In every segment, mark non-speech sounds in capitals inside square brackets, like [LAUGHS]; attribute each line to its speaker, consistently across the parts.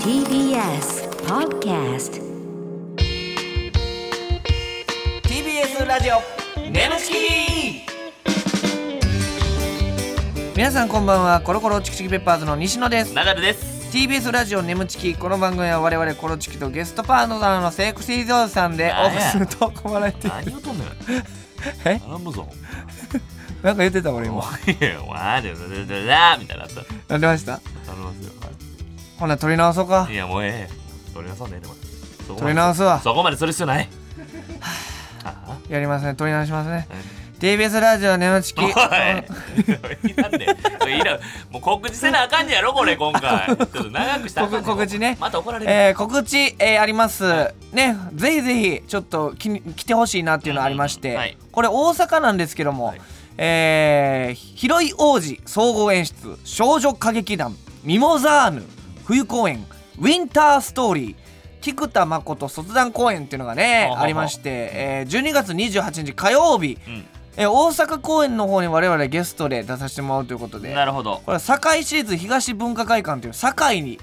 Speaker 1: TBS Podcast
Speaker 2: TBS ラジオ
Speaker 3: ネムチキ
Speaker 2: 皆さんこんばんはコロコロチキチキペッパーズの西野です
Speaker 3: ナダルです。
Speaker 2: TBS ラジオネムチキこの番組は我々コロチキとゲストパートナーのセイクシーゾーさんでオ
Speaker 3: あ
Speaker 2: フすると困られて
Speaker 3: 何をとんねん。
Speaker 2: え
Speaker 3: 頼むぞ。
Speaker 2: なんか言ってた俺
Speaker 3: お
Speaker 2: 今
Speaker 3: いや、わーでだだだみたいなやつ。頼
Speaker 2: なんでました
Speaker 3: みますよ。
Speaker 2: ほな撮り直そうか
Speaker 3: いや、もうええ。取り直そうね、でも。そこまで
Speaker 2: 撮り直すわ
Speaker 3: そこまでする必要ない。あ
Speaker 2: やりますね撮り直しますね
Speaker 3: あ
Speaker 2: TBS ラジオネムチキ
Speaker 3: おいなんでそれいいなもう告知せなあかんねやろこれ今回ちょっと長くしたらあかん
Speaker 2: 告告知ね
Speaker 3: また怒られる、
Speaker 2: えー告知、えーありますねぜひぜひちょっときに来てほしいなっていうのありまして、
Speaker 3: うんうんうんはい
Speaker 2: これ大阪なんですけども、
Speaker 3: はい
Speaker 2: えー広い王子総合演出少女歌劇団ミモザーヌ冬公演ウィンターストーリー菊田誠卒団公演っていうのがね
Speaker 3: ほうほうほう
Speaker 2: ありまして、えー12月28日火曜日、
Speaker 3: うん
Speaker 2: えー大阪公演の方に我々ゲストで出させてもらうということで
Speaker 3: なるほど
Speaker 2: これは堺市立東文化会館という堺に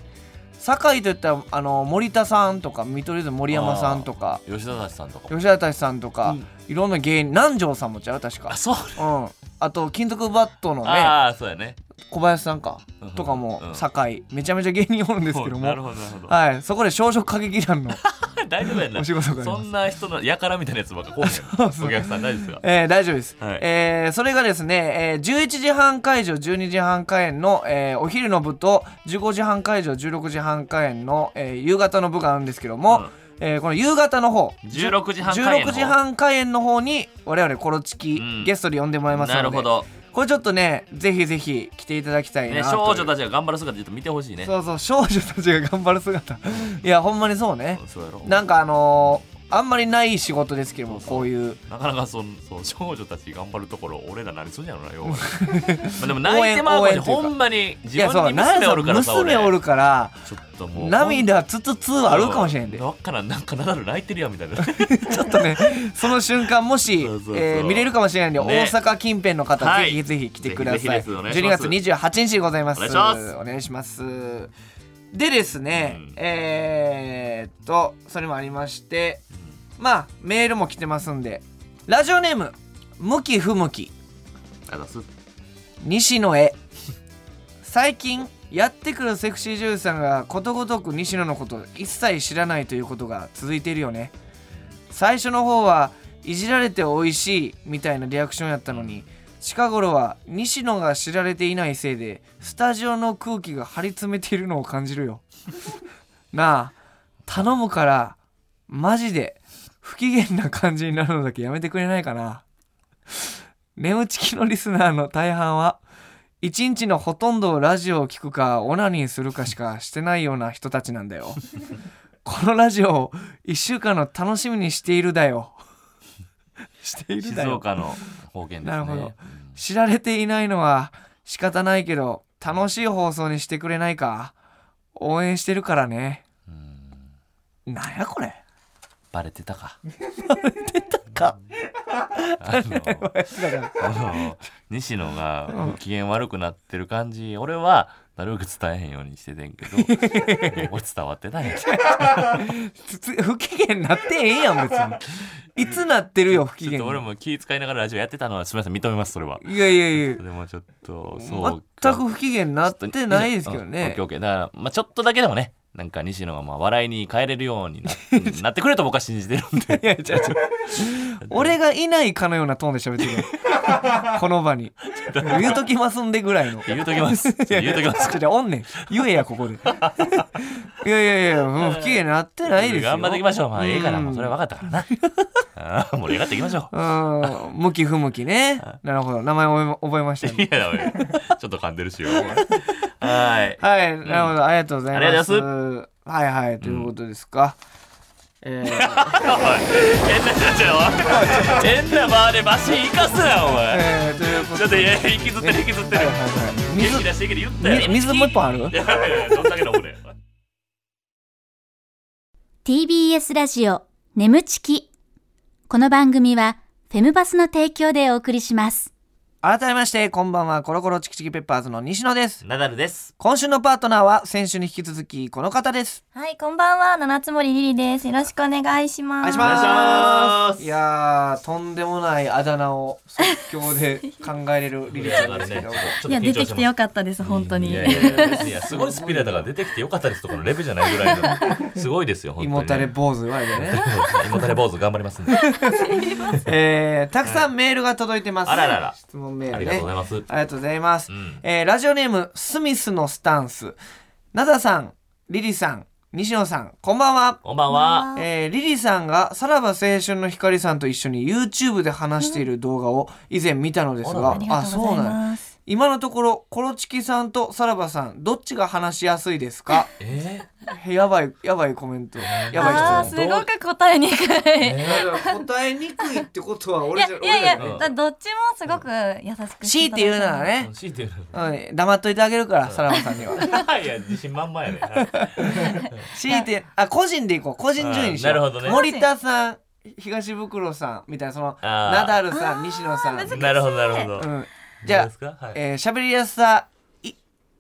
Speaker 2: 堺といったらあの森田さんとか見取り図森山さんとか
Speaker 3: 吉田達さんとかも
Speaker 2: 吉田達さんとか、いろんな芸人南條さんもちゃう確か
Speaker 3: あそう
Speaker 2: うんあと金属バットのね
Speaker 3: ああそうやね
Speaker 2: 小林さんか
Speaker 3: うん
Speaker 2: とかも
Speaker 3: うん
Speaker 2: 堺めちゃめちゃ芸人おるんですけど
Speaker 3: そうなる
Speaker 2: も
Speaker 3: ほどなるほど
Speaker 2: はいそこで少女歌劇
Speaker 3: [LAUGHS]
Speaker 2: 団の
Speaker 3: 大丈夫やんな
Speaker 2: お仕事があります
Speaker 3: そんな人のやからみたいなやつばっかこう
Speaker 2: う [LAUGHS] そう
Speaker 3: お客さん大丈夫ですか
Speaker 2: えー大丈夫です、
Speaker 3: はい
Speaker 2: えーそれがですね、えー11時半会場12時半開演の、えーお昼の部と15時半会場16時半開演の、えー夕方の部があるんですけども、
Speaker 3: うん
Speaker 2: えーこの夕方の方
Speaker 3: 16時半開演の
Speaker 2: 16
Speaker 3: 方
Speaker 2: 時半開演の方に我々コロチキ、
Speaker 3: うん
Speaker 2: ゲストで呼んでもらいますの
Speaker 3: な
Speaker 2: で
Speaker 3: るほど、
Speaker 2: これちょっとねぜひぜひ来ていただきたいな
Speaker 3: ね、
Speaker 2: と
Speaker 3: 少
Speaker 2: いう
Speaker 3: 女たちが頑張る姿ちょっと見てほしいね
Speaker 2: そうそう少女たちが頑張る
Speaker 3: [LAUGHS]
Speaker 2: 姿いやほんまにそうね
Speaker 3: うんそうやろな
Speaker 2: なんかあのーあんまりない仕事ですけどもこういう
Speaker 3: かなかそんそう少女たち頑張るところ俺ら何するんやろ
Speaker 2: [LAUGHS]
Speaker 3: なようまあでも泣いてまう
Speaker 2: 応
Speaker 3: こ
Speaker 2: 援
Speaker 3: に
Speaker 2: 応援というか
Speaker 3: ほんまに自
Speaker 2: いやそう
Speaker 3: 分に娘おるからさ
Speaker 2: なんせ
Speaker 3: 俺
Speaker 2: 娘おるから
Speaker 3: ちょっともう
Speaker 2: 涙つつつあるかもしれんで、
Speaker 3: わっからんなんかナダル泣いてるやん
Speaker 2: [LAUGHS]
Speaker 3: みたいな
Speaker 2: ちょっとね [LAUGHS] その瞬間もし
Speaker 3: そうそうそう
Speaker 2: えー見れるかもしれないんで、
Speaker 3: ね
Speaker 2: 大阪近辺の方、
Speaker 3: はい
Speaker 2: ぜひぜひ来てくだ
Speaker 3: ぜ
Speaker 2: さ
Speaker 3: ひ
Speaker 2: い
Speaker 3: ぜひですお願いし
Speaker 2: 12
Speaker 3: ます
Speaker 2: 月28日でございます
Speaker 3: お願いします
Speaker 2: お願いしますでですね、
Speaker 3: うん
Speaker 2: えー、っとそれもありましてまあメールも来てますんでラジオネーム向き不向き
Speaker 3: あざっす
Speaker 2: 西野へ最近やってくるセクシー女優さんがことごとく西野のことを一切知らないということが続いているよね最初の方はいじられて美味しいみたいなリアクションやったのに近頃は西野が知られていないせいでスタジオの空気が張り詰めているのを感じるよ [LAUGHS] なあ頼むからマジで不機嫌な感じになるのだけやめてくれないかな眠ちきのリスナーの大半は一日のほとんどをラジオを聞くかオナニーするかしかしてないような人たちなんだよこのラジオを1週間の楽しみにしているだよ [LAUGHS] している
Speaker 3: 静
Speaker 2: だよ
Speaker 3: 岡の方言ですね
Speaker 2: なるほど知られていないのは仕方ないけど楽しい放送にしてくれないか応援してるからね
Speaker 3: うん
Speaker 2: なんやこれ [LAUGHS]
Speaker 3: バレてたか
Speaker 2: か
Speaker 3: あ
Speaker 2: [LAUGHS]
Speaker 3: の
Speaker 2: だから
Speaker 3: あの西野が機嫌悪くなってる感じ俺はなるべく伝えへんようにしててんけども
Speaker 2: [LAUGHS]
Speaker 3: う俺伝わってない
Speaker 2: つつ不機嫌なってええやん別にいつなってるよ不機
Speaker 3: ちょっ
Speaker 2: 嫌
Speaker 3: と俺も気遣いながらラジオやってたのはすみません認めますそれはい
Speaker 2: やいやいや
Speaker 3: でもちょっとそう
Speaker 2: 全く不機嫌なってないですけど
Speaker 3: うんオッ
Speaker 2: ね
Speaker 3: ケーオッケーだから、まあ、ちょっとだけでもねなんか西野がまあ笑いに変えれるようにななってくれと僕は信じてるんで
Speaker 2: [LAUGHS] いやいや違う違
Speaker 3: [LAUGHS]
Speaker 2: う俺がいないかのようなトーンで喋ってるよこの場に言うときますんでぐらいの
Speaker 3: 言うときます
Speaker 2: いや
Speaker 3: 言うときます
Speaker 2: [LAUGHS] ちょちょおんねん言えやここ
Speaker 3: [LAUGHS]
Speaker 2: でいやいやいやもう不機嫌なってないですよ
Speaker 3: 頑張っていきましょうまあええから
Speaker 2: うん
Speaker 3: もうそれは分かったからな
Speaker 2: [LAUGHS]
Speaker 3: ああ盛り上がっていきましょ
Speaker 2: うーん向き不向きねなるほど名前覚え覚えました
Speaker 3: う [LAUGHS] い
Speaker 2: ね
Speaker 3: やおいちょっと噛んでるしよはい
Speaker 2: はいなるほどありがとうございます
Speaker 3: ありがとう
Speaker 2: はいはいということですか、えー
Speaker 3: 変な社長おい変なバーでマシン生かすなお前
Speaker 2: えーということ
Speaker 3: ちょ [LAUGHS]
Speaker 2: で
Speaker 3: っといや引きずってる引きずって
Speaker 2: はい
Speaker 3: る
Speaker 2: はいはい
Speaker 3: 元気
Speaker 2: 水
Speaker 3: 出していける言ったやろ
Speaker 2: み水もう一本ある
Speaker 3: いやいやいやどんだけ飲むねん
Speaker 4: TBS ラジオ眠ちきこの番組はフェムバスの提供でお送りします
Speaker 2: 改めましてこんばんはコロコロチキチキペッパーズの西野です
Speaker 3: ナダルです。
Speaker 2: 今週のパートナーは先週に引き続きこの方です
Speaker 5: はい、こんばんは、七つ森りりです。よろしくお願いしま
Speaker 2: お願
Speaker 5: す。
Speaker 2: いしま
Speaker 3: お願いしますす
Speaker 2: いやーとんでもないあだ名を即興で考えれるリリちゃんですけど
Speaker 3: [LAUGHS] ちょっと緊張します
Speaker 5: いや、出てきてよかったです、本当に。
Speaker 3: いやいやいや別にいやすごいスピードだから出てきてよかったですとこのレベルじゃないぐらいのすごいですよ本
Speaker 2: 胃
Speaker 3: 当に
Speaker 2: もたれ坊主言われてね
Speaker 3: 胃もたれ坊主頑張りますんで
Speaker 2: えーたくさんメールが届いてます
Speaker 3: あららら
Speaker 2: 質問メー
Speaker 3: あ
Speaker 2: ル
Speaker 3: り
Speaker 2: ね
Speaker 3: がとうございます
Speaker 2: ありがとうございます。
Speaker 3: うん
Speaker 2: えーラジオネーム、スミスのスタンス。ナダさん、リリさん、西野さん、こんばんは。
Speaker 3: こんばんは
Speaker 2: えーリリさんがさらば青春の光さんと一緒に YouTube で話している動画を以前見たのですが、
Speaker 3: あらあ
Speaker 5: りがとうござ
Speaker 2: ん
Speaker 5: い
Speaker 2: や
Speaker 5: ます。
Speaker 2: 今のところコロチキさんとさらばさんどっちが話しやすいです
Speaker 5: [LAUGHS]
Speaker 2: か
Speaker 3: え
Speaker 2: へやばいやばいコメントやばい質問
Speaker 5: ああー、すごく答えにくい。
Speaker 3: ー
Speaker 5: い
Speaker 3: え
Speaker 2: だから答えにくいってことは俺
Speaker 5: や
Speaker 2: じゃ
Speaker 5: いやいや、
Speaker 2: 俺ら
Speaker 3: うん
Speaker 5: だどっちもすごく優
Speaker 2: 強
Speaker 5: しく
Speaker 2: い
Speaker 5: ただ
Speaker 2: て
Speaker 5: き
Speaker 2: 言
Speaker 5: ま
Speaker 2: う
Speaker 5: す
Speaker 2: なら。ね
Speaker 3: ー、強いて言う
Speaker 2: うん、黙っといてあげるからさらばさん
Speaker 3: [LAUGHS]
Speaker 2: には
Speaker 3: ないや自信満々やね
Speaker 2: 強いてあ個人でいこう個人順位にしよう
Speaker 3: あーなるほどね
Speaker 2: 森田さん東袋さんみたいなその
Speaker 3: あー
Speaker 2: ナダルさん西野さん、う
Speaker 3: なるほどなるほど
Speaker 2: ん、じ
Speaker 3: じゃ
Speaker 2: ゃ
Speaker 3: ですかは
Speaker 2: あ
Speaker 3: い
Speaker 2: えー喋、りやすさい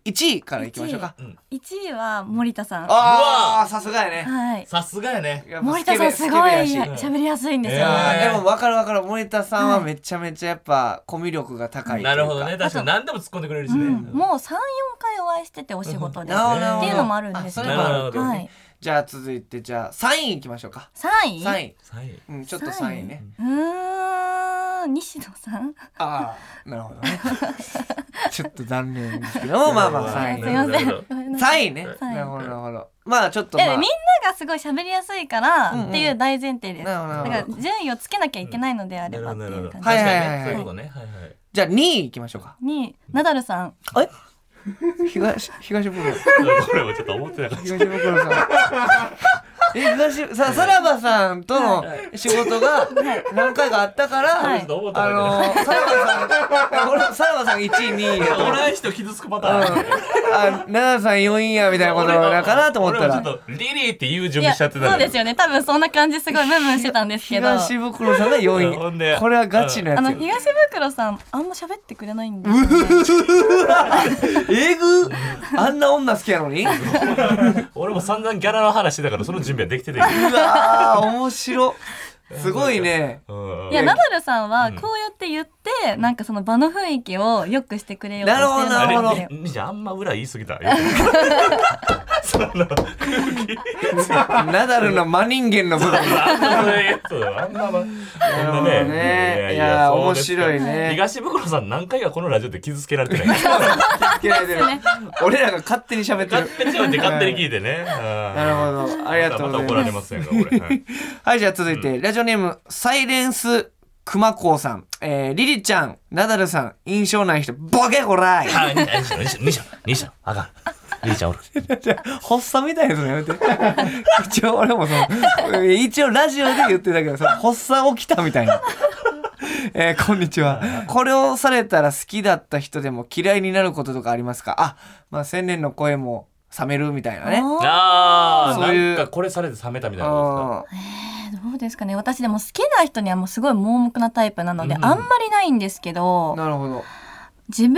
Speaker 2: 1位からいきましょうか
Speaker 5: 1位は森田さん。は
Speaker 2: ああさすがやね
Speaker 5: い。
Speaker 3: さすがやね
Speaker 2: やっぱ
Speaker 5: 森
Speaker 2: スケ
Speaker 5: 田
Speaker 2: ベ
Speaker 5: さんすごい
Speaker 2: スケベやし
Speaker 5: 喋りやすいんですよ。
Speaker 3: え
Speaker 2: あ
Speaker 3: ー
Speaker 2: ーでも分かる分かる森田さんはめちゃめちゃやっぱコミュ力が高いというか
Speaker 3: なるほどね確かに何でも突っ込んでくれるし
Speaker 5: う
Speaker 3: ね
Speaker 5: んもう3、4回お会いしててお仕事で。っ
Speaker 2: なるほどなるほど
Speaker 5: ていうのもあるんです
Speaker 2: あ
Speaker 5: け
Speaker 2: そ
Speaker 5: ど。
Speaker 2: れもある
Speaker 5: はい。
Speaker 2: じゃあ続いてじゃあ3位いきましょうか
Speaker 5: 3
Speaker 2: 3
Speaker 5: 位
Speaker 2: 位、
Speaker 3: はい
Speaker 2: うん、ちょっと3位ね
Speaker 5: うーん、西野さん
Speaker 2: ああなるほどねちょっと残念ですけどもまあまあ3位
Speaker 5: す
Speaker 2: ね
Speaker 5: いま
Speaker 3: なる
Speaker 5: せ
Speaker 3: ほど
Speaker 5: ん。ごめんなさい
Speaker 2: 3位ね。
Speaker 5: はい
Speaker 2: なるほど、なるほど。まあ、ちょっと、
Speaker 5: いや
Speaker 2: まあ
Speaker 5: みん、ながすごい喋りやすいか
Speaker 2: うんうん
Speaker 5: らっていう大前提です。
Speaker 2: なるほどなるほど
Speaker 5: だから順位をつけなきゃいけないのであればっていう感じ。
Speaker 2: はいはい
Speaker 3: そういうことねはいはい
Speaker 2: じゃあ2位いきましょうか。
Speaker 5: にナダルさん。
Speaker 2: 東、東袋。
Speaker 3: [LAUGHS] これもちょっと思ってなかっ
Speaker 2: 東袋さん。え、東、さ、さらばさんとの仕事が何回かあったから、
Speaker 5: はい
Speaker 2: あのー、さらばさん、俺、 [LAUGHS] さらばさん1位、2位やと
Speaker 3: た
Speaker 2: 思
Speaker 3: お
Speaker 2: って。
Speaker 3: らん人傷つくパタ
Speaker 2: うん
Speaker 3: ーン
Speaker 2: あ、奈良さん4位や、みたいなことなかなと思った
Speaker 3: 俺も
Speaker 2: ら、
Speaker 3: ちょっとリリーって言う準備
Speaker 5: いや
Speaker 3: しちゃ
Speaker 5: そ
Speaker 3: ってたの
Speaker 5: うですよね。多分そんな感じすごいムンムンしてたんですけど。あ
Speaker 2: 東袋さんが
Speaker 3: うんほん
Speaker 2: 4
Speaker 3: で
Speaker 2: 位。これはガチのやつ
Speaker 5: の
Speaker 2: よ。
Speaker 5: 東袋さんあんま喋ってくれないんですよね。
Speaker 2: えぐあんな女好きやのに
Speaker 3: 俺も散々ギャラの話してたからその準備はできててうん
Speaker 2: うわー面白すごいね
Speaker 3: うん
Speaker 5: いやナダルさんはこうやって言ってなんかその場の雰囲気を良くしてくれようとしてるんですよ
Speaker 2: な
Speaker 3: あ
Speaker 2: るほどなるほ
Speaker 3: れみじゃああんま裏言い過ぎたその
Speaker 2: ナダルの真人間の部分
Speaker 3: あんまそういうやつあんまま
Speaker 2: る
Speaker 3: そ
Speaker 2: ほど
Speaker 3: んな
Speaker 2: ね
Speaker 3: い
Speaker 2: いや
Speaker 3: やそうですか
Speaker 2: 面白いね
Speaker 3: 東袋さん何回かこのラジオで傷つけられてない勝
Speaker 2: 聞られてる俺らが勝手に喋ってる
Speaker 3: 手に喋って勝手に聞いてねな
Speaker 2: なるほどありがとうござい
Speaker 3: また怒られ
Speaker 2: ま
Speaker 3: ますせんが俺はい
Speaker 2: はいじゃあ続いてラジオネームサイレンス熊子さんえーリリちゃんナダルさん印象ない人ボケこらい
Speaker 3: あ [LAUGHS] 兄ちゃん兄ちゃん兄ちゃん兄ちゃんあかん
Speaker 2: [LAUGHS]
Speaker 3: 兄ちゃんおる
Speaker 2: 発作みたいなのやめて [LAUGHS] 一応俺もその [LAUGHS] 一応ラジオで言ってたけどその発作起きたみたいなえーこんにちはこれをされたら好きだった人でも嫌いになることとかありますかあまあ千年の声も冷めるみたいなね
Speaker 5: おー
Speaker 3: あ
Speaker 2: そういう
Speaker 3: ーなんかこれされて冷めたみたいなことですか
Speaker 2: あ
Speaker 5: どうですかね私でも好きな人にはもうすごい盲目なタイプなので、
Speaker 3: うん
Speaker 5: あんまりないんですけ
Speaker 2: ー
Speaker 5: ど
Speaker 2: なるほど
Speaker 5: 自分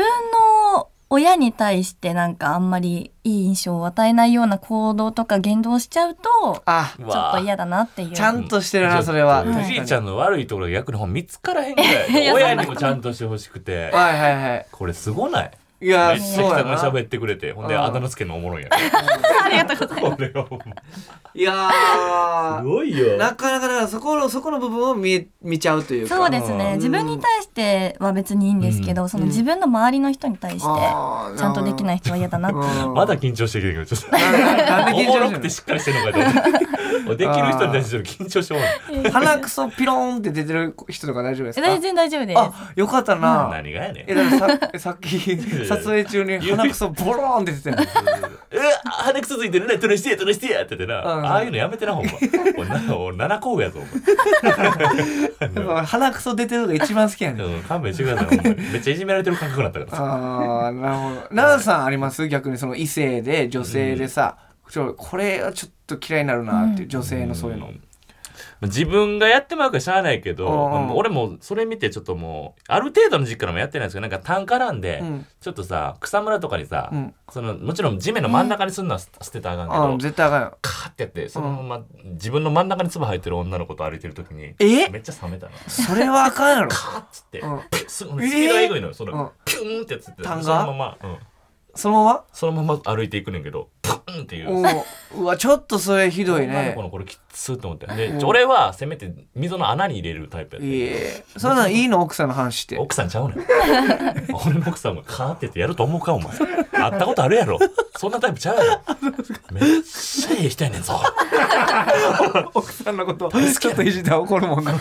Speaker 5: の親に対してなんかあんまりいい印象を与えないような行動とか言動をしちゃうと
Speaker 2: あ
Speaker 5: ちょっと嫌だなっていう。
Speaker 2: ちゃんとしてるなそれは
Speaker 3: ちょっと藤井ちゃんの悪いところが逆にほんま見つからへんぐらい
Speaker 2: [LAUGHS]
Speaker 5: いや
Speaker 3: 親にもちゃんとしてほしくて
Speaker 2: はいはいはい
Speaker 3: これすごない
Speaker 2: いや
Speaker 3: めっちゃ
Speaker 2: そうや
Speaker 3: 人が
Speaker 2: な
Speaker 3: 喋ってくれてほんで
Speaker 2: うん
Speaker 3: あだ名つけんのおもろいやん
Speaker 5: ありがとうございます。
Speaker 3: これはほん
Speaker 2: いや
Speaker 3: ま
Speaker 2: ー
Speaker 3: すごいよ
Speaker 2: なかなかだからそこのそこの部分を見見ちゃうというか
Speaker 5: そうです
Speaker 2: うん
Speaker 5: ね自分に対しては別にいいんですけど、その自分の周りの人に対してち
Speaker 2: あー
Speaker 5: ゃんとできない人は嫌だなっていう。
Speaker 2: うん
Speaker 3: まだ緊張してきてるけどちょっと
Speaker 2: なんで緊張して
Speaker 3: おも
Speaker 2: んの
Speaker 3: ろくてしっかりしてるのかと思ってできる人に対してちょっと緊張してもら
Speaker 2: 鼻くそピローンって出てる人とか大丈夫です
Speaker 5: え
Speaker 2: か
Speaker 5: [LAUGHS] 全然大丈夫です。
Speaker 2: あよかった
Speaker 3: う
Speaker 2: な
Speaker 3: 何がやねん
Speaker 2: えだからささっき
Speaker 3: や
Speaker 2: 撮影中に鼻くそボローンって出てる
Speaker 3: え鼻くそついてるねトレしてやトレしてやっててな
Speaker 2: うん
Speaker 3: ああいうのやめてなほんま俺な俺7個上やぞ
Speaker 2: や
Speaker 3: お前
Speaker 2: っぱ鼻くそ出てるのが一番好きやねん
Speaker 3: うん勘弁してくださいほんまにめっちゃいじめられてる感覚だったからさ
Speaker 2: ああなるほど奈良さんあります逆にその異性で女性でさちょこれはちょっと嫌いになるなっていう女性のそういうの
Speaker 3: ん自分がやってもらうからしゃあないけど、
Speaker 2: うんうん
Speaker 3: もう俺もそれ見てちょっともうある程度の時期からもやってないんですけどなんか単価なんで、
Speaker 2: うん
Speaker 3: ちょっとさ草むらとかにさ、
Speaker 2: うん
Speaker 3: そのもちろん地面の真ん中にするのは捨捨てたらあか
Speaker 2: うんん
Speaker 3: けど、
Speaker 2: 絶対あかんよ
Speaker 3: カーってやってそのまま自分の真ん中に唾入ってる女の子と歩いてる時に
Speaker 2: え
Speaker 3: めっちゃ冷めたな。
Speaker 2: それはあかんやろ
Speaker 3: カーッつって、
Speaker 2: うん
Speaker 3: ピュッすごいスピードがエグいのよその、
Speaker 2: うん
Speaker 3: ピューンってやつってそ
Speaker 2: 単
Speaker 3: の
Speaker 2: が
Speaker 3: まま、うん
Speaker 2: そのま
Speaker 3: そのまま歩いていくねんけどプーンっていう。
Speaker 2: まおううわちょっとそれひどい
Speaker 3: 女の
Speaker 2: ね
Speaker 3: 子のこれきつーって思ってで、
Speaker 2: うん
Speaker 3: ちょ俺はせめて溝の穴に入れるタイプやってん
Speaker 2: いえそんなんいいの奥さんの話して
Speaker 3: 奥さんちゃうねん [LAUGHS] 俺の奥さんがカーってやってやると思うかお前会ったことあるやろそんなタイプちゃうやろめっちゃええ人やねんぞ
Speaker 2: 奥さんのことちょっといじったら怒る
Speaker 3: [LAUGHS]
Speaker 2: もんない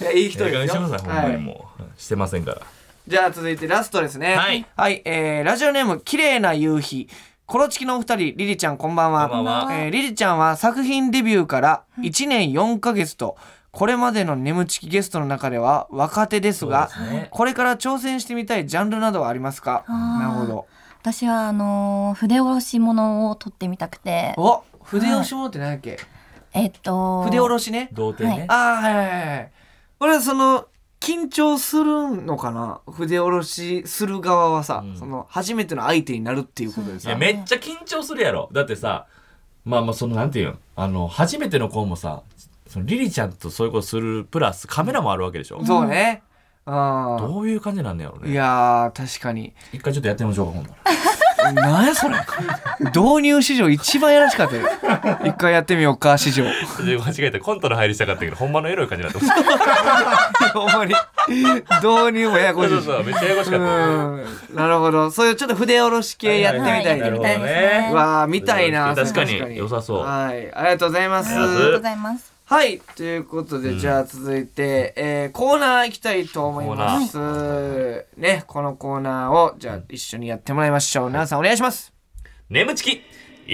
Speaker 2: やいい人
Speaker 3: ええ加減
Speaker 2: ですよ
Speaker 3: にしてくださいほんまにもう、してませんから
Speaker 2: じゃあ続いてラストですね。
Speaker 3: はい。
Speaker 2: えーラジオネーム、綺麗な夕日。コロチキのお二人、リリちゃんこんばんは。
Speaker 3: こんばんは
Speaker 2: えーリリちゃんは作品デビューから1年4ヶ月と、これまでの眠ちきゲストの中では若手ですが、
Speaker 3: そうですね
Speaker 2: これから挑戦してみたいジャンルなどはありますか
Speaker 5: あー
Speaker 2: なるほど。
Speaker 5: 私はあのー筆下ろし物を撮ってみたくて
Speaker 2: お筆下ろしもって何やっけ、
Speaker 5: えっと
Speaker 2: 筆下ろしね。
Speaker 3: 童貞ね、
Speaker 2: ああ、はいはいはい。これはその、緊張するのかな筆下ろしする側はさ、
Speaker 3: うん
Speaker 2: その、初めての相手になるっていうことで
Speaker 3: い
Speaker 2: さ。
Speaker 3: やめっちゃ緊張するやろだってさまあまあそのなんていうんあの初めての子もさそのリリちゃんとそういうことするプラスカメラもあるわけでしょ、
Speaker 2: そうね。うん。
Speaker 3: どういう感じなんだろう
Speaker 2: い
Speaker 3: ね
Speaker 2: やー、確かに。
Speaker 3: 一回ちょっとやってみましょうかほんなら
Speaker 2: なんやそれ。導入史上一番やらしかったよ。一回やってみようか、史
Speaker 3: [LAUGHS]
Speaker 2: 上。
Speaker 3: 間違えたコントの入りしたかったけどほんまのエロい感じだった
Speaker 2: ほんまに。導入もややこし
Speaker 3: そ
Speaker 2: いうし。
Speaker 3: そうめっちゃややこし
Speaker 2: う
Speaker 3: かった
Speaker 2: ん。なるほど。そういうちょっと筆下ろし系やってみたいね。
Speaker 5: はいはい
Speaker 3: なるほどね
Speaker 2: うわー、みたいな。
Speaker 3: 確かに良さそう
Speaker 2: はい。ありがとうございます。
Speaker 3: ありがとうございます
Speaker 5: ありがとうございます
Speaker 2: はい。ということで、じゃあ続いて、えーコーナー行きたいと思います。ね、このコーナーを、じゃあ一緒にやってもらいましょう。皆さんお願いします。
Speaker 3: 眠ちき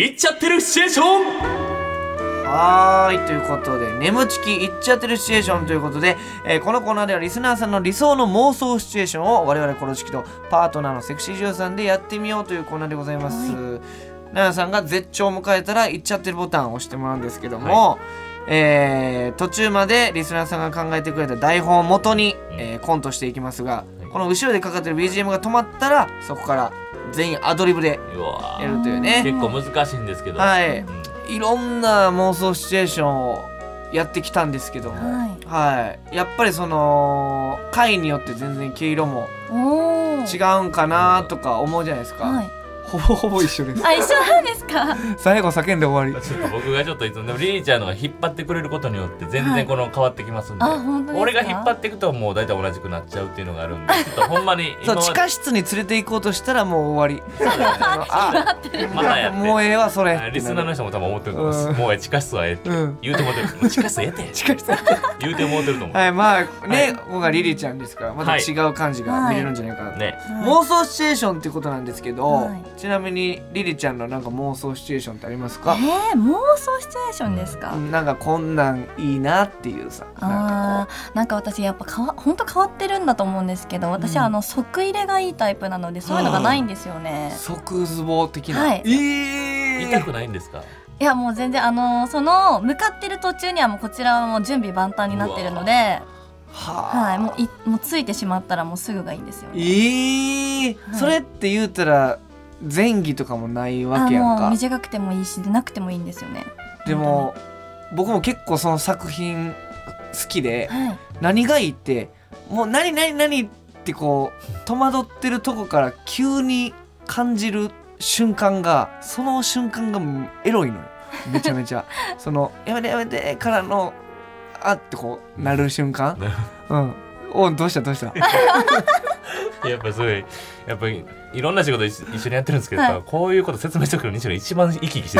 Speaker 3: いっちゃってるシチュエーション
Speaker 2: はーいということで「眠ちきいっちゃってるシチュエーション」ということで、えーこのコーナーではリスナーさんの理想の妄想シチュエーションを我々コロチキとパートナーのセクシージュさんでやってみようというコーナーでございます。ナナさんが絶頂を迎えたら「いっちゃってる」ボタンを押してもらうんですけども、えー途中までリスナーさんが考えてくれた台本を元に、
Speaker 3: うん
Speaker 2: えーコントしていきますが、この後ろでかかってる BGM が止まったらそこから全員アドリブで
Speaker 3: うわ
Speaker 2: や
Speaker 3: ー
Speaker 2: るというね。
Speaker 3: 結構難しいんですけど、
Speaker 2: はい
Speaker 3: うん
Speaker 2: いろんな妄想シチュエーションをやってきたんですけども、
Speaker 5: はい
Speaker 2: はい、やっぱりその回によって全然毛色も
Speaker 5: おお
Speaker 2: 違うんかなとか思うじゃないですか、
Speaker 5: はい
Speaker 2: ほぼほぼ一緒 [LAUGHS] です
Speaker 5: あ一緒なんですか
Speaker 2: 最後叫んで終わ
Speaker 3: ちょっと僕がちょっといつもでもリリちゃんのが引っ張ってくれることによって全然この変わってきますんで、
Speaker 5: あ本当ですか
Speaker 3: 俺が引っ張っていくともう大体同じくなっちゃうっていうのがあるんでちょっとほんまに
Speaker 2: りそう
Speaker 3: ま
Speaker 2: 地
Speaker 3: で
Speaker 2: 下室に連れて行こうとしたらもう終わりあ
Speaker 3: またやって
Speaker 2: もうええわそれ
Speaker 3: あリスナーの人も多分思ってると思います、
Speaker 2: うん
Speaker 3: もうええ地下室はええって、
Speaker 2: うん
Speaker 3: 言うて思ってるもう地下室ええって地下室言うて思ってると思う、
Speaker 2: はいまあね、僕はリリちゃんですからまた
Speaker 3: はい
Speaker 2: 違う感じが見れるんじゃないかなと、
Speaker 3: ね
Speaker 2: 妄想シチュエーションってことなんですけど、
Speaker 5: はい
Speaker 2: ちなみにリリちゃんのなんか妄想シチュエーションってありますか、
Speaker 5: えー、妄想シチュエーションですか、
Speaker 2: なんかこんなんいいなっていうさなん
Speaker 5: あ
Speaker 2: か
Speaker 5: ーなんか私やっぱ変わ本当変わってるんだと思うんですけど私はあの即入れがいいタイプなのでそういうのがないんですよね
Speaker 2: こう。即ズボ的な、
Speaker 5: はい
Speaker 2: えー
Speaker 3: 痛くないんですか
Speaker 5: いやもう全然あのその向かってる途中にはもうこちらはもう準備万端になってるので、
Speaker 2: はあ、
Speaker 5: はいもういもうついてしまったらもうすぐがいいんですよね。
Speaker 2: えー
Speaker 5: はい
Speaker 2: それって言うたら前儀とかもないわ
Speaker 5: あ
Speaker 2: けやん
Speaker 5: もう
Speaker 2: か
Speaker 5: 短くてもいいしなくてもいいんですよね。
Speaker 2: でも僕も結構その作品好きで
Speaker 5: はい。
Speaker 2: 何がいいってもう何何何ってこう戸惑ってるとこから急に感じる瞬間がその瞬間がもうエロいの [LAUGHS] よめちゃめちゃそのやめてやめてからのあってこうなる瞬間うんおどうしたどうした
Speaker 3: やっぱすごいやっぱりいろんな仕事一緒一緒にやってるんですけど、
Speaker 5: はい
Speaker 3: こういうこと説明してくる西野一番生き生きして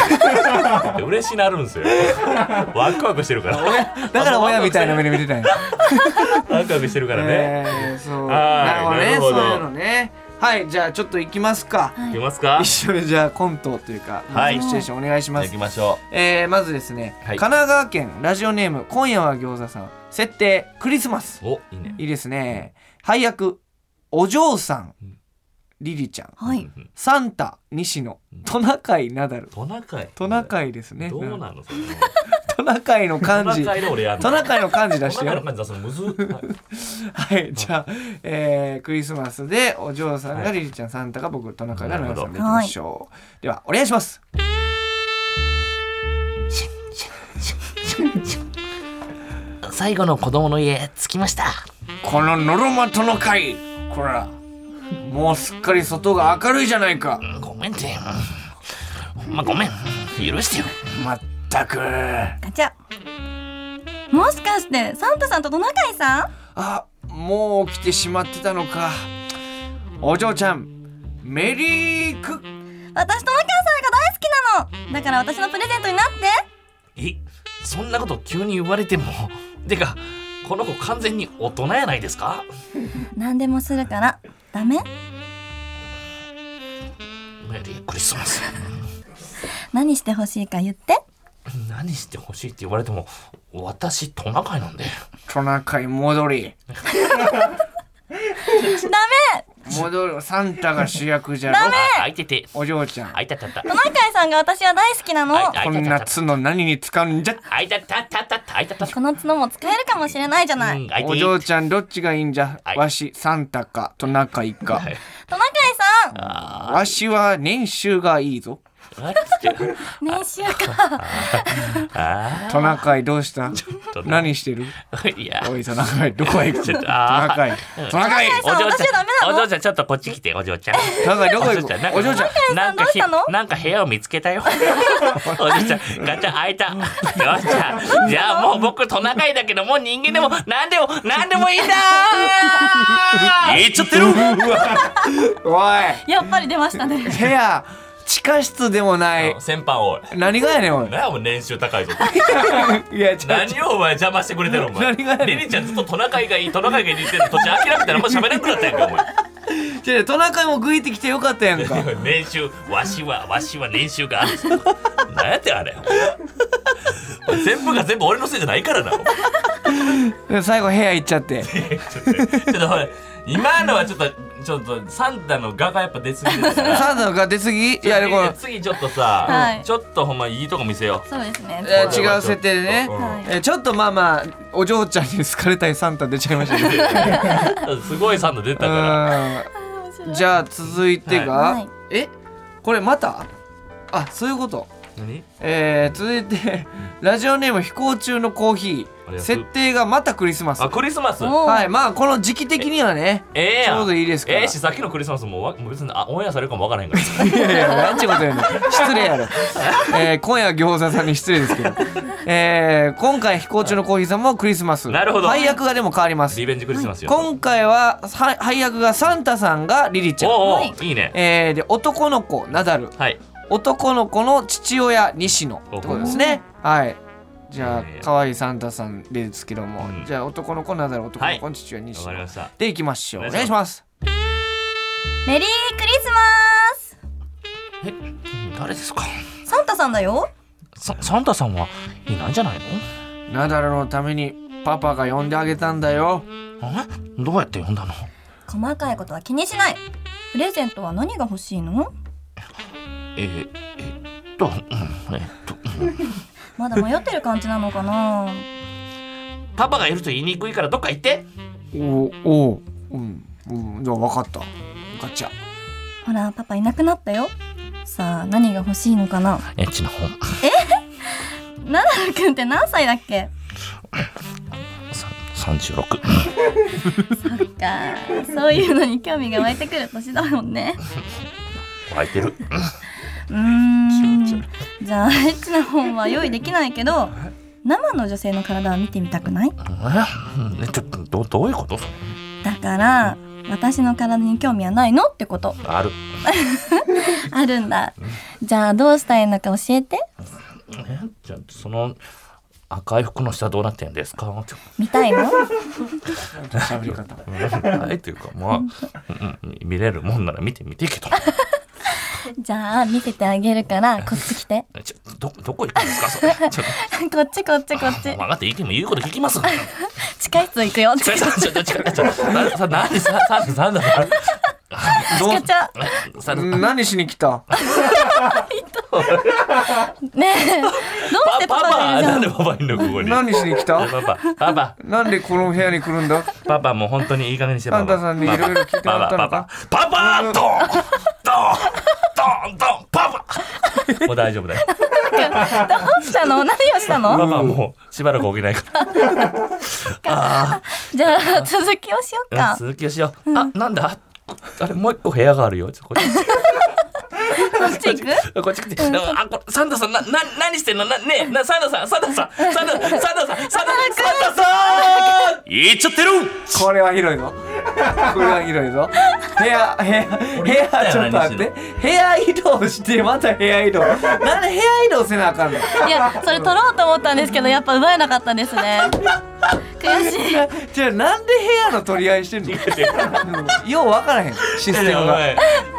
Speaker 3: て嬉しいなるんですよワクワクしてるからワ
Speaker 2: だから親みたいな目で見てたんや
Speaker 3: クワクしてるからね、
Speaker 2: えーそう
Speaker 3: は
Speaker 2: ないるほどね
Speaker 3: な
Speaker 2: そういう
Speaker 3: るほど
Speaker 2: のねはいじゃあちょっと行きますか
Speaker 5: はい
Speaker 3: いきますか
Speaker 2: 一緒にじゃあコントというか、
Speaker 3: はい
Speaker 2: シチュエーションお願いし
Speaker 3: じゃ
Speaker 2: ま
Speaker 3: あ
Speaker 2: す
Speaker 3: 行きましょ
Speaker 2: えーまずですね、
Speaker 3: はい
Speaker 2: 神奈川県ラジオネーム今夜は餃子さん設定クリスマス
Speaker 3: うおいいね
Speaker 2: いいですね配役お嬢さん
Speaker 3: うん
Speaker 2: リリちゃん
Speaker 5: はい。
Speaker 3: うん
Speaker 2: サンタ西野トナカイナダル
Speaker 3: トナカイ
Speaker 2: トナカイですね
Speaker 3: どう
Speaker 2: うん
Speaker 3: なのそれ
Speaker 2: トナカイの漢字
Speaker 3: トナカイの俺やんの
Speaker 2: トナカイの漢字出して
Speaker 3: 中の
Speaker 2: よ
Speaker 3: 感じ出すのむずっ、はい
Speaker 2: はいじゃあ、えークリスマスでお嬢さんがリリちゃんサンタが僕トナカイが奈良さんでいきましょうではお願いします
Speaker 6: 最後の子供の家着きました
Speaker 2: このノロマトナカイこらもうすっかり外が明るいじゃないか
Speaker 6: ごめんてほんまごめん許してよ
Speaker 2: まったく
Speaker 5: ガチャもしかしてサンタさんとトナカイさん
Speaker 2: あもう起きてしまってたのかお嬢ちゃんメリーク
Speaker 5: 私トナカイさんが大好きなのだから私のプレゼントになって
Speaker 6: えそんなこと急に言われてもてかこの子完全に大人やないですか
Speaker 5: 何でもするからダメ
Speaker 6: メリークリスマス
Speaker 5: 何してほしいか言って
Speaker 6: [LAUGHS] 何してほしいって言われても私トナカイなんで
Speaker 2: トナカイ戻り
Speaker 5: ダメ
Speaker 2: 戻るサンタが主役じゃろ
Speaker 6: あ開いてて
Speaker 2: お嬢ちゃん
Speaker 6: あいたたた
Speaker 5: トナカイさんが私は大好きなの
Speaker 6: あいた
Speaker 2: こんな角何に使うんじゃ
Speaker 6: あいたたたたたあいたたた
Speaker 5: この角も使えるかもしれないじゃない、
Speaker 6: うんあいて
Speaker 2: お嬢ちゃんどっちがいいんじゃ
Speaker 6: はい
Speaker 2: わしサンタかトナカイか
Speaker 5: トナカイさん
Speaker 2: わしは年収がいいぞ
Speaker 6: あ
Speaker 5: 年収か
Speaker 6: [LAUGHS] あ
Speaker 2: トナカイどうした
Speaker 6: とね
Speaker 2: 何してる
Speaker 6: いや
Speaker 2: おいトナカイどこへ行く
Speaker 6: [LAUGHS] ち
Speaker 2: ト
Speaker 6: ょっ
Speaker 2: ナ
Speaker 6: とあー
Speaker 2: カイトナカイ
Speaker 6: お嬢ち
Speaker 5: 私ダメ
Speaker 6: ゃ、
Speaker 5: なん
Speaker 6: お
Speaker 5: の
Speaker 6: 嬢ちゃん、ちょっとこっち来て、お嬢ちゃん。
Speaker 2: トナカイどこへ行
Speaker 6: お嬢ちゃん
Speaker 2: くお嬢ちゃん
Speaker 6: な
Speaker 5: お嬢ちゃ
Speaker 6: んか
Speaker 5: んどうしたの
Speaker 6: ひなんか部屋を見つけたよ。お嬢ちゃん、ガチャ開いた。よっしゃ、じゃあもう僕トナカイだけど、もう人間でも、なんでも、なんでもいいんだー。えちょっと
Speaker 2: おい
Speaker 5: やっぱり出ましたね
Speaker 2: 部屋地下室でもない
Speaker 3: 先輩おい
Speaker 2: 何がやねんおい
Speaker 6: [LAUGHS]
Speaker 3: 何やもう年収高いぞ
Speaker 2: いやちょ
Speaker 3: 何をお前邪魔してくれてるお前
Speaker 2: 何がやねん
Speaker 3: リリちゃんずっとトナカイがいいトナカイがいいって言ってるの途中諦めたらもう喋らなくなったやんかお前
Speaker 2: [LAUGHS] ちょトナカイも食いてきてよかったやん
Speaker 6: [LAUGHS]
Speaker 2: か
Speaker 3: 年収わしはわしは年収があるぞ何やってんあれ全部が全部俺のせいじゃないからなお前
Speaker 2: 最後部屋行っちゃって
Speaker 3: ちょっとほら今のはちょっとちょっとサンタの画がやっぱ出過ぎてるから
Speaker 2: サンタが出過 [LAUGHS] ぎいやでこの
Speaker 3: 次ちょっとさ、
Speaker 5: はい
Speaker 3: ちょっとほんまいいとこ見せよ
Speaker 5: [LAUGHS] そうですね
Speaker 2: えー違う設定でね、
Speaker 3: う
Speaker 2: [LAUGHS]
Speaker 3: ん
Speaker 5: はい
Speaker 2: えーちょっとまあまあお嬢ちゃんに好かれたいサンタ出ちゃいました
Speaker 3: [LAUGHS]
Speaker 2: けど
Speaker 3: うすごいサンタ出たから
Speaker 2: うんじゃあ続いてが、
Speaker 5: はいはい
Speaker 2: えこれまたあそういうこと
Speaker 3: 何
Speaker 2: えー、続いて [LAUGHS] ラジオネーム飛行中のコーヒ
Speaker 3: あ
Speaker 2: ー
Speaker 3: りがとう
Speaker 2: 設定がまたクリスマス
Speaker 3: あクリスマス
Speaker 5: おー
Speaker 2: はいまあこの時期的にはね
Speaker 3: ええやん
Speaker 2: ちょうどいいですから
Speaker 3: ええしさっきのクリスマスもわもう別にあオンエアされるかもわからへんから
Speaker 2: いやいやなんちゅうことやねん失礼やろ、えー、今夜は餃子さんに失礼ですけど、えー、今回飛行中のコーヒーさんもクリスマス
Speaker 3: なるほど
Speaker 2: 配役がでも変わります
Speaker 3: リベンジクリスマスよ
Speaker 2: 今回はは配役がサンタさんがリリちゃん
Speaker 3: おうおう
Speaker 5: はい
Speaker 3: いいね
Speaker 2: えー、で男の子ナダル
Speaker 3: はい
Speaker 2: 男の子の父親西野って
Speaker 3: お
Speaker 2: ことですねはいじゃあ
Speaker 3: えー
Speaker 2: 可愛いサンタさんですけども、
Speaker 3: うん
Speaker 2: じゃあ男の子ナダル男の子の父親
Speaker 3: わ
Speaker 2: 西
Speaker 3: かり
Speaker 2: 野
Speaker 3: ました
Speaker 2: でいきましょうお
Speaker 3: お
Speaker 2: 願
Speaker 3: 願
Speaker 2: い
Speaker 3: い
Speaker 2: し
Speaker 3: し
Speaker 2: ます
Speaker 5: メリークリスマス
Speaker 6: 誰ですか
Speaker 5: サンタさんだよ
Speaker 6: ササンタさんはいないんじゃないの
Speaker 2: ナダルのためにパパが呼んであげたんだよ
Speaker 6: えどうやって呼んだの
Speaker 5: 細かいことは気にしないプレゼントは何が欲しいの
Speaker 6: えー、えっと、うん、えっと、
Speaker 5: まだ迷ってる感じなのかな
Speaker 6: パパがいると言いにくいからどっか行って。
Speaker 2: おおうん、うん、じゃあ分かったガ [LAUGHS] チャ
Speaker 5: ほらパパいなくなったよさあ何が欲しいのかな
Speaker 6: エッチな本。
Speaker 5: ナダルくんって何歳だっけ
Speaker 6: 三十六。
Speaker 5: かそういうのに興味が湧いてくる年だもんね
Speaker 6: 湧いてる。
Speaker 5: うーんじゃあエッチな本は用意できないけど生の女性の体を見てみたくない
Speaker 6: え、ちょっと、ど、どういうこと。
Speaker 5: だから私の体に興味はないのってこと
Speaker 6: ある。
Speaker 5: あるんだじゃあどうしたいのか教えて
Speaker 6: え、じゃあ、その。赤い服の下どうなってんですか。って
Speaker 5: 見た [LAUGHS] いの
Speaker 2: 喋り方
Speaker 6: はい、というか、まあ、うんうん見れるもんなら見てみてけど。
Speaker 5: じゃあ見ててあげるからこっち来て [LAUGHS]
Speaker 6: ちょど、どこ行くんですか、それ。ちょっ
Speaker 5: こっちこっちこっ
Speaker 6: と、
Speaker 5: ち
Speaker 6: 分かって、いいけも言うこと聞きます。
Speaker 5: 地下室行くよって
Speaker 6: ちょ、ちょ、ちょ、ちょ、ちょ、ちょ、な、さ、なんで、さ、さ、さ、なんだ。
Speaker 5: ガチャ
Speaker 6: さ、
Speaker 2: うん何しに来た
Speaker 5: ね [LAUGHS] えどうしてパ
Speaker 6: パパ
Speaker 5: パがいるじゃ
Speaker 6: なん
Speaker 5: ん
Speaker 6: でパパいんのここ
Speaker 2: [LAUGHS]
Speaker 6: に
Speaker 2: 何しに来 [LAUGHS] た
Speaker 6: パパパパ
Speaker 2: なんでこの部屋に来るんだ
Speaker 6: パパもう本当にいい加減にしてパパ
Speaker 2: サンタさんにいろいろ聞いてもらったのか
Speaker 6: パパパパパパドンドンドンドンパパもう大丈夫だよ
Speaker 5: どうしたの何をした
Speaker 6: パパ
Speaker 5: の
Speaker 6: もうしばらく起きないから
Speaker 5: じゃあ続きをしよう
Speaker 6: うん
Speaker 5: か
Speaker 6: 続きをしようあなんだあれもう一個部屋があるよちょこっち
Speaker 5: こっち行く
Speaker 6: こっち来て、あ、これ、サンタさん、な、な、何してんの、な、ねえ、な、サンタさん、サンタさん、サンタ、サンタさん、サンタ、サンタさん。言っちゃってる。
Speaker 2: これは広いぞこれは広いぞ部屋部屋部屋ちょっと待って部屋移動してまた部屋移動なんで部屋移動せなあかんの
Speaker 5: いやそれ取ろうと思ったんですけどやっぱ奪えなかったですね悔しい
Speaker 2: じゃあなんで部屋の取り合いしてんのうんよう分からへんシステムが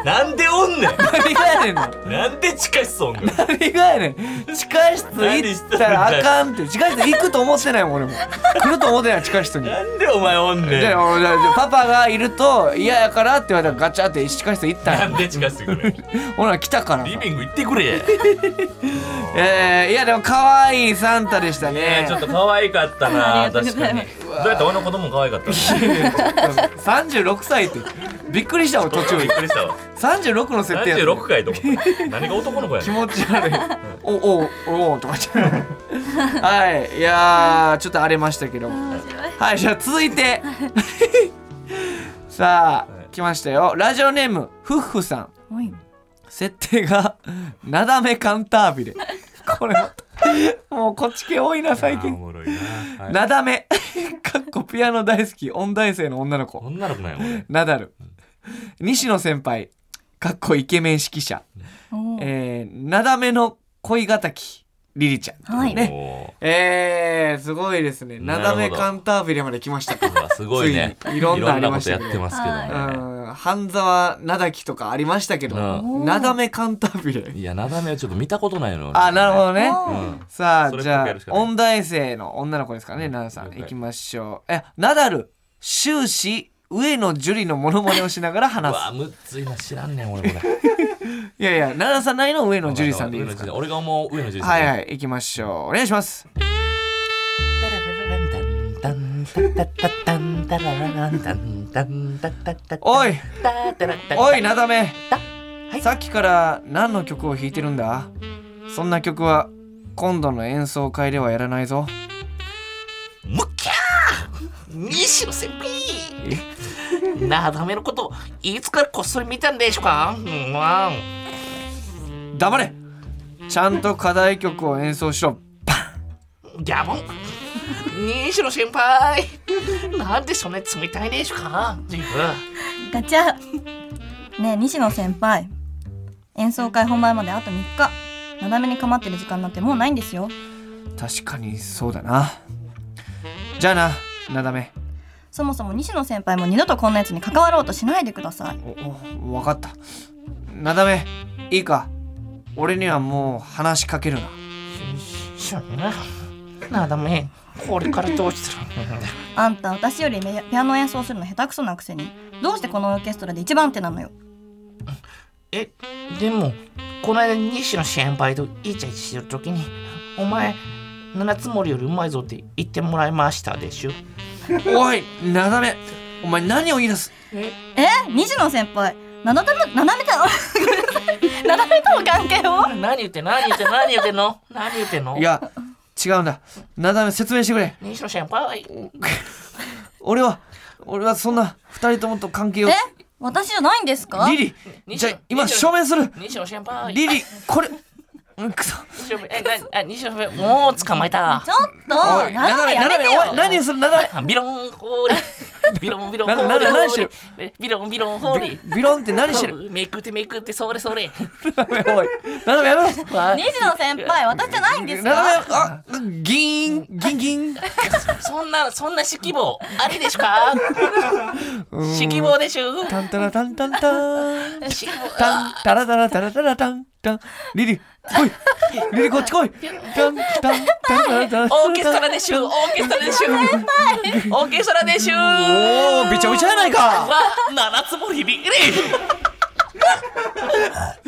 Speaker 6: なんでおんねん。
Speaker 2: 何がやねんの
Speaker 6: なんで地下室おんねん。
Speaker 2: 何がやねん地下室行ったらあかんって地下室行くと思ってないもん俺も来ると思ってない地下室に
Speaker 6: なんでお前おんね
Speaker 2: で
Speaker 6: ん。
Speaker 2: 俺だパパがいると嫌やからって言われたらガチャって地下室行ったん
Speaker 6: な
Speaker 2: や
Speaker 6: んで地下室行くね
Speaker 2: ほら来たから
Speaker 6: ん。リビング行ってくれ。
Speaker 2: えー、いやでも可愛いサンタでした
Speaker 6: ね
Speaker 2: ね
Speaker 6: え、ちょっと可愛かった
Speaker 5: あ
Speaker 6: な、
Speaker 5: りがとう
Speaker 6: 確
Speaker 5: ござ
Speaker 6: か
Speaker 5: い
Speaker 6: に
Speaker 5: ま。
Speaker 6: どうやって俺の子供も可愛かったの。
Speaker 2: 36歳ってびっくりしたわ途中
Speaker 6: びっくりした [LAUGHS] わ。
Speaker 2: 36の設
Speaker 6: [LAUGHS] 三
Speaker 2: 定や
Speaker 6: 十
Speaker 2: った
Speaker 6: 六回と思った。何が男の子や
Speaker 2: 気
Speaker 6: ねん。
Speaker 2: 持ち
Speaker 6: [LAUGHS]
Speaker 2: 悪いおおおおとか言ってはいいやーちょっと荒れましたけどはいじゃあ続いて [LAUGHS] さあ、来ましたよラジオネームフッフさん
Speaker 5: い
Speaker 2: 設定が [LAUGHS] 「なだめカンタービレ」これもうこっち系多いな最
Speaker 6: あーお
Speaker 2: 近
Speaker 6: もろいな。はい
Speaker 2: なだめかっこピアノ大好き音大生の女の子
Speaker 6: 女の子なんや、俺。
Speaker 2: ナダル西野先輩かっこイケメン指揮者
Speaker 5: おー
Speaker 2: えー、なだめの恋敵リリちゃん、
Speaker 5: は
Speaker 2: [LAUGHS]
Speaker 5: い
Speaker 2: ね
Speaker 6: も
Speaker 2: えー、すごいですねな
Speaker 6: なるほ
Speaker 2: だ
Speaker 6: ど
Speaker 2: めカンタービレまで来ました
Speaker 6: うう
Speaker 2: か
Speaker 6: わすごいね。
Speaker 2: ついにいろんなありま
Speaker 6: こ
Speaker 2: した
Speaker 6: とやっ
Speaker 2: けど
Speaker 6: てますけどね。
Speaker 2: うん半沢なだきとかありましたけど
Speaker 6: う
Speaker 2: なだめカンタービレ
Speaker 6: いや、なだめはちょっと見たことないの。
Speaker 2: あなるほどね
Speaker 5: おー
Speaker 2: さあ
Speaker 6: それっぽく
Speaker 2: じゃ
Speaker 6: や
Speaker 2: あ
Speaker 6: るしかない
Speaker 2: 音大生の女の子ですかねナダさん
Speaker 6: 了解
Speaker 2: いきましょうえナダル終始上野樹里のモノマネをしながら
Speaker 6: う
Speaker 2: 話す
Speaker 6: わ、むっついな、知らんねん、俺もね。
Speaker 2: [LAUGHS] いやいやナダさんないの上野樹里さんでいいですか
Speaker 6: 俺が思う上野樹里さ
Speaker 2: は
Speaker 6: ん。
Speaker 2: いはい行きましょうお願いしますおいおいなだめ、さっきから何の曲を弾いてるんだそんな曲は今度の演奏会ではやらないぞ
Speaker 6: むっきゃー西野先輩なだめのこといつからこっそり見たんでしょうかうんわん
Speaker 2: 黙れちゃんと課題曲を演奏しろ
Speaker 6: ギャボン西野先輩なんでそんなに冷たいでしょうかジーフ
Speaker 5: ガチャねえ西野先輩演奏会本番まであと3日なだめに構ってる時間なんてもうないんですよ
Speaker 2: 確かにそうだなじゃあななだめ
Speaker 5: そもそも西野先輩も二度とこんなやつに関わろうとしないでください
Speaker 2: おおわかったなだめいいか俺にはもう話しかけるな
Speaker 6: しょなだめこれからどうしたら
Speaker 5: あんた私よりめピアノ演奏するの下手くそなくせにどうしてこのオーケストラで一番手なのよ
Speaker 6: えでもこの間西野先輩とイチャイチャしてる時に「お前七つ森よりうまいぞ」って言ってもらいましたでしょ
Speaker 2: おいなだめお前何を言い出す
Speaker 5: え西野先輩なだめなだめた [LAUGHS] なだめとの関係を
Speaker 6: 何言ってん何言ってん何言ってんの何言ってんの
Speaker 2: いや違うんだなだめ説明してくれ
Speaker 6: 西野先輩
Speaker 2: 俺は俺はそんな二人ともと関係を
Speaker 5: え私じゃないんですか
Speaker 2: リリじゃあ今証明する
Speaker 6: 西野先輩
Speaker 2: リリこれうんくそ
Speaker 6: 西野えなあ西野先輩もう捕まえ [LAUGHS] た
Speaker 5: ちょっとなだめやめてよ
Speaker 2: おい何をするなだめ
Speaker 6: ビロンホーリ [LAUGHS] ービロンビロンホ
Speaker 2: な
Speaker 6: ーリ
Speaker 2: な何して
Speaker 6: ー
Speaker 2: る
Speaker 6: ビロンビロンホーリー
Speaker 2: ビロンって何してる
Speaker 6: めくってめくってそれそれ
Speaker 2: なだめおいなだめやめろ
Speaker 5: 西野先輩私じゃないんです
Speaker 2: なだ
Speaker 5: か
Speaker 2: めあギンギンギン
Speaker 5: [LAUGHS]
Speaker 6: そんなそんな指揮棒ありでしゅ [LAUGHS] か指揮棒でしゅ
Speaker 2: タンタラタンタンタン
Speaker 6: 指揮棒
Speaker 2: タンタラタラタラタラタンタンリリ来いリリこっち来いタンタンタラタラタラ
Speaker 6: オーケストラでしゅオーケストラでしゅオーケストラでしゅ
Speaker 2: おおびちゃびちゃやないか [LAUGHS]
Speaker 6: わ七つもりびっくり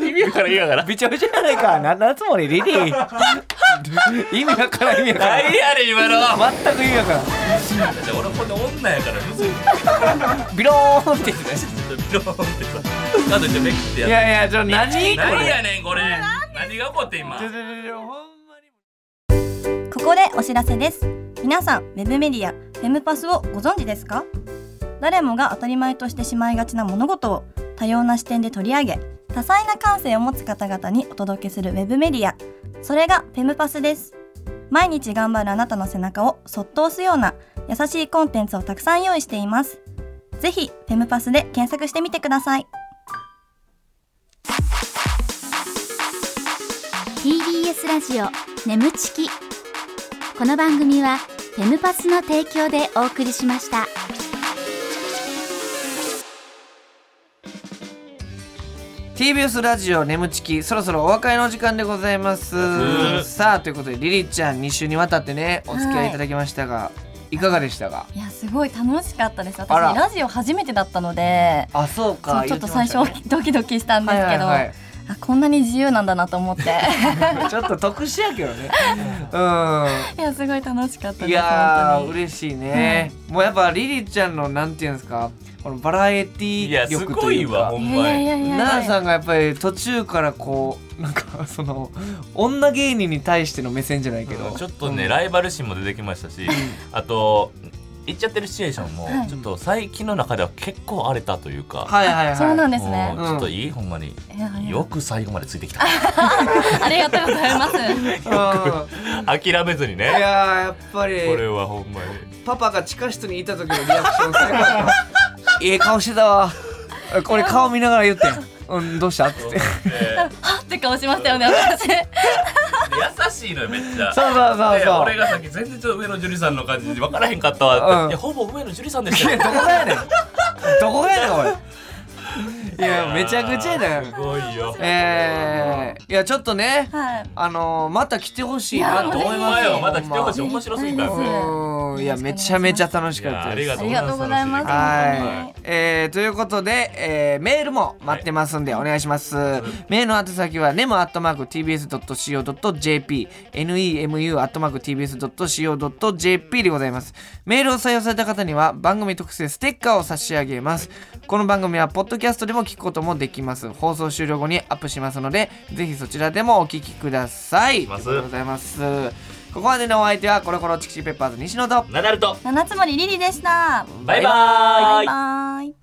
Speaker 6: 意味わからん意味わからん
Speaker 2: びちゃびちゃじゃないかななんつもりリリー意味わからん意味わからん
Speaker 6: 何やねん今の
Speaker 2: 全く意味わからん
Speaker 3: 俺これ女やからむずい
Speaker 2: ビローンって言ってね
Speaker 3: ピローンってさカードじゃめくって
Speaker 2: い
Speaker 3: や
Speaker 2: やいやちょ何こ
Speaker 3: 何
Speaker 2: れ
Speaker 3: やねんこれ何が起こって今
Speaker 2: ちょちょちょちょほんまに
Speaker 5: ここでお知らせです皆さんウェブメディアフェムパスをご存知ですか誰もが当たり前としてしまいがちな物事を多様な視点で取り上げ多彩な感性を持つ方々にお届けするウェブメディアそれがフェムパスです毎日頑張るあなたの背中をそっと押すような優しいコンテンツをたくさん用意していますぜひフェムパスで検索してみてください
Speaker 4: TBS ラジオ眠ちきこの番組はフェムパスの提供でお送りしました
Speaker 2: 「TBS ラジオ眠ちき」そろそろお別れの時間でございますさあということでリリーちゃん2週にわたってねお付き合いいただきましたが、い、かがでしたか
Speaker 5: いやすごい楽しかったです
Speaker 2: あら
Speaker 5: 私ラジオ初めてだったので
Speaker 2: あそうか
Speaker 5: そうちょっと
Speaker 2: 言
Speaker 5: 最
Speaker 2: てま
Speaker 5: 初
Speaker 2: したね
Speaker 5: ドキドキしたんですけど、
Speaker 2: はいはい
Speaker 5: あこんなに自由なんだなと思って
Speaker 2: [LAUGHS] はい、ちょっと特殊やけどね
Speaker 5: [LAUGHS]
Speaker 2: うん
Speaker 5: いやすごい楽しかったです
Speaker 2: いや
Speaker 5: 本
Speaker 2: ー
Speaker 5: 当に
Speaker 2: 嬉しいね、もうやっぱリリーちゃんのなんていうんですかこのバラエティ
Speaker 3: いや
Speaker 2: ー
Speaker 3: す
Speaker 2: 力と
Speaker 3: ご
Speaker 2: い
Speaker 3: いうわ
Speaker 2: か
Speaker 3: ほん
Speaker 5: い
Speaker 3: ま
Speaker 5: やい
Speaker 3: に
Speaker 5: やいやい
Speaker 2: 奈々
Speaker 5: や
Speaker 2: さんがやっぱり途中からこうなんかその女芸人に対しての目線じゃないけど、
Speaker 3: ちょっとね、ライバル心も出てきましたしあと言っちゃってるシチュエーションも、
Speaker 5: はい
Speaker 3: ちょっと最近の中では結構荒れたというか、
Speaker 2: はいはいはい
Speaker 5: そうなん
Speaker 2: で
Speaker 5: ですね
Speaker 3: もうちょっといい、ほんまに
Speaker 5: いやいや
Speaker 3: よく最後までついてきた
Speaker 5: [LAUGHS] ありがとうございます
Speaker 2: すよ
Speaker 3: 諦めずに
Speaker 2: いやー
Speaker 3: ね
Speaker 2: やっぱり
Speaker 3: これはほんまに
Speaker 2: パパが地下室にいた時のリアクション最高やっ
Speaker 3: [LAUGHS]
Speaker 2: たええ顔してたわこれ顔見ながら言ってんうんどうしたって言って
Speaker 3: え
Speaker 5: はっって顔しましたよね
Speaker 2: [LAUGHS]
Speaker 5: 私
Speaker 3: ー優しいのよめっちゃ
Speaker 2: そうそうそう
Speaker 3: い
Speaker 2: そ
Speaker 3: や
Speaker 2: う
Speaker 3: 俺がさっき全然ちょっと上野樹里さんの感じで分からへんかったわ、
Speaker 2: うん
Speaker 3: いやほぼ上野樹里さんですよ
Speaker 2: どこがやねんどこがやねんおいいやめちゃくちゃだよ
Speaker 3: すごいよ
Speaker 2: えー、いやちょっとね
Speaker 5: はい
Speaker 2: あのー、また来てほしいなと思い
Speaker 3: お
Speaker 2: ます
Speaker 3: 前
Speaker 2: よ
Speaker 3: よまた来てほしい面白すぎた
Speaker 5: ほ
Speaker 2: ほん
Speaker 5: んま
Speaker 2: まうんいやめちゃめちゃ楽しかったです
Speaker 3: いや
Speaker 5: ありがとうございます
Speaker 2: は
Speaker 5: 本
Speaker 2: い、えー、ということで、えー、メールも待ってますんでお願いします、メールの宛先は nemu.tbs.co.jp nemu.tbs.co.jp でございますメールを採用された方には番組特製ステッカーを差し上げますこの番組はポッドキャストでも聞くこともできます放送終了後にアップしますのでぜひそちらでもお聞きくださいあり
Speaker 3: ます
Speaker 2: ございますここまでのお相手はコロコロチキチキペッパーズ西野と
Speaker 3: ナダルと
Speaker 5: 七つ森りりでした
Speaker 3: バイバーイ
Speaker 5: バイバイ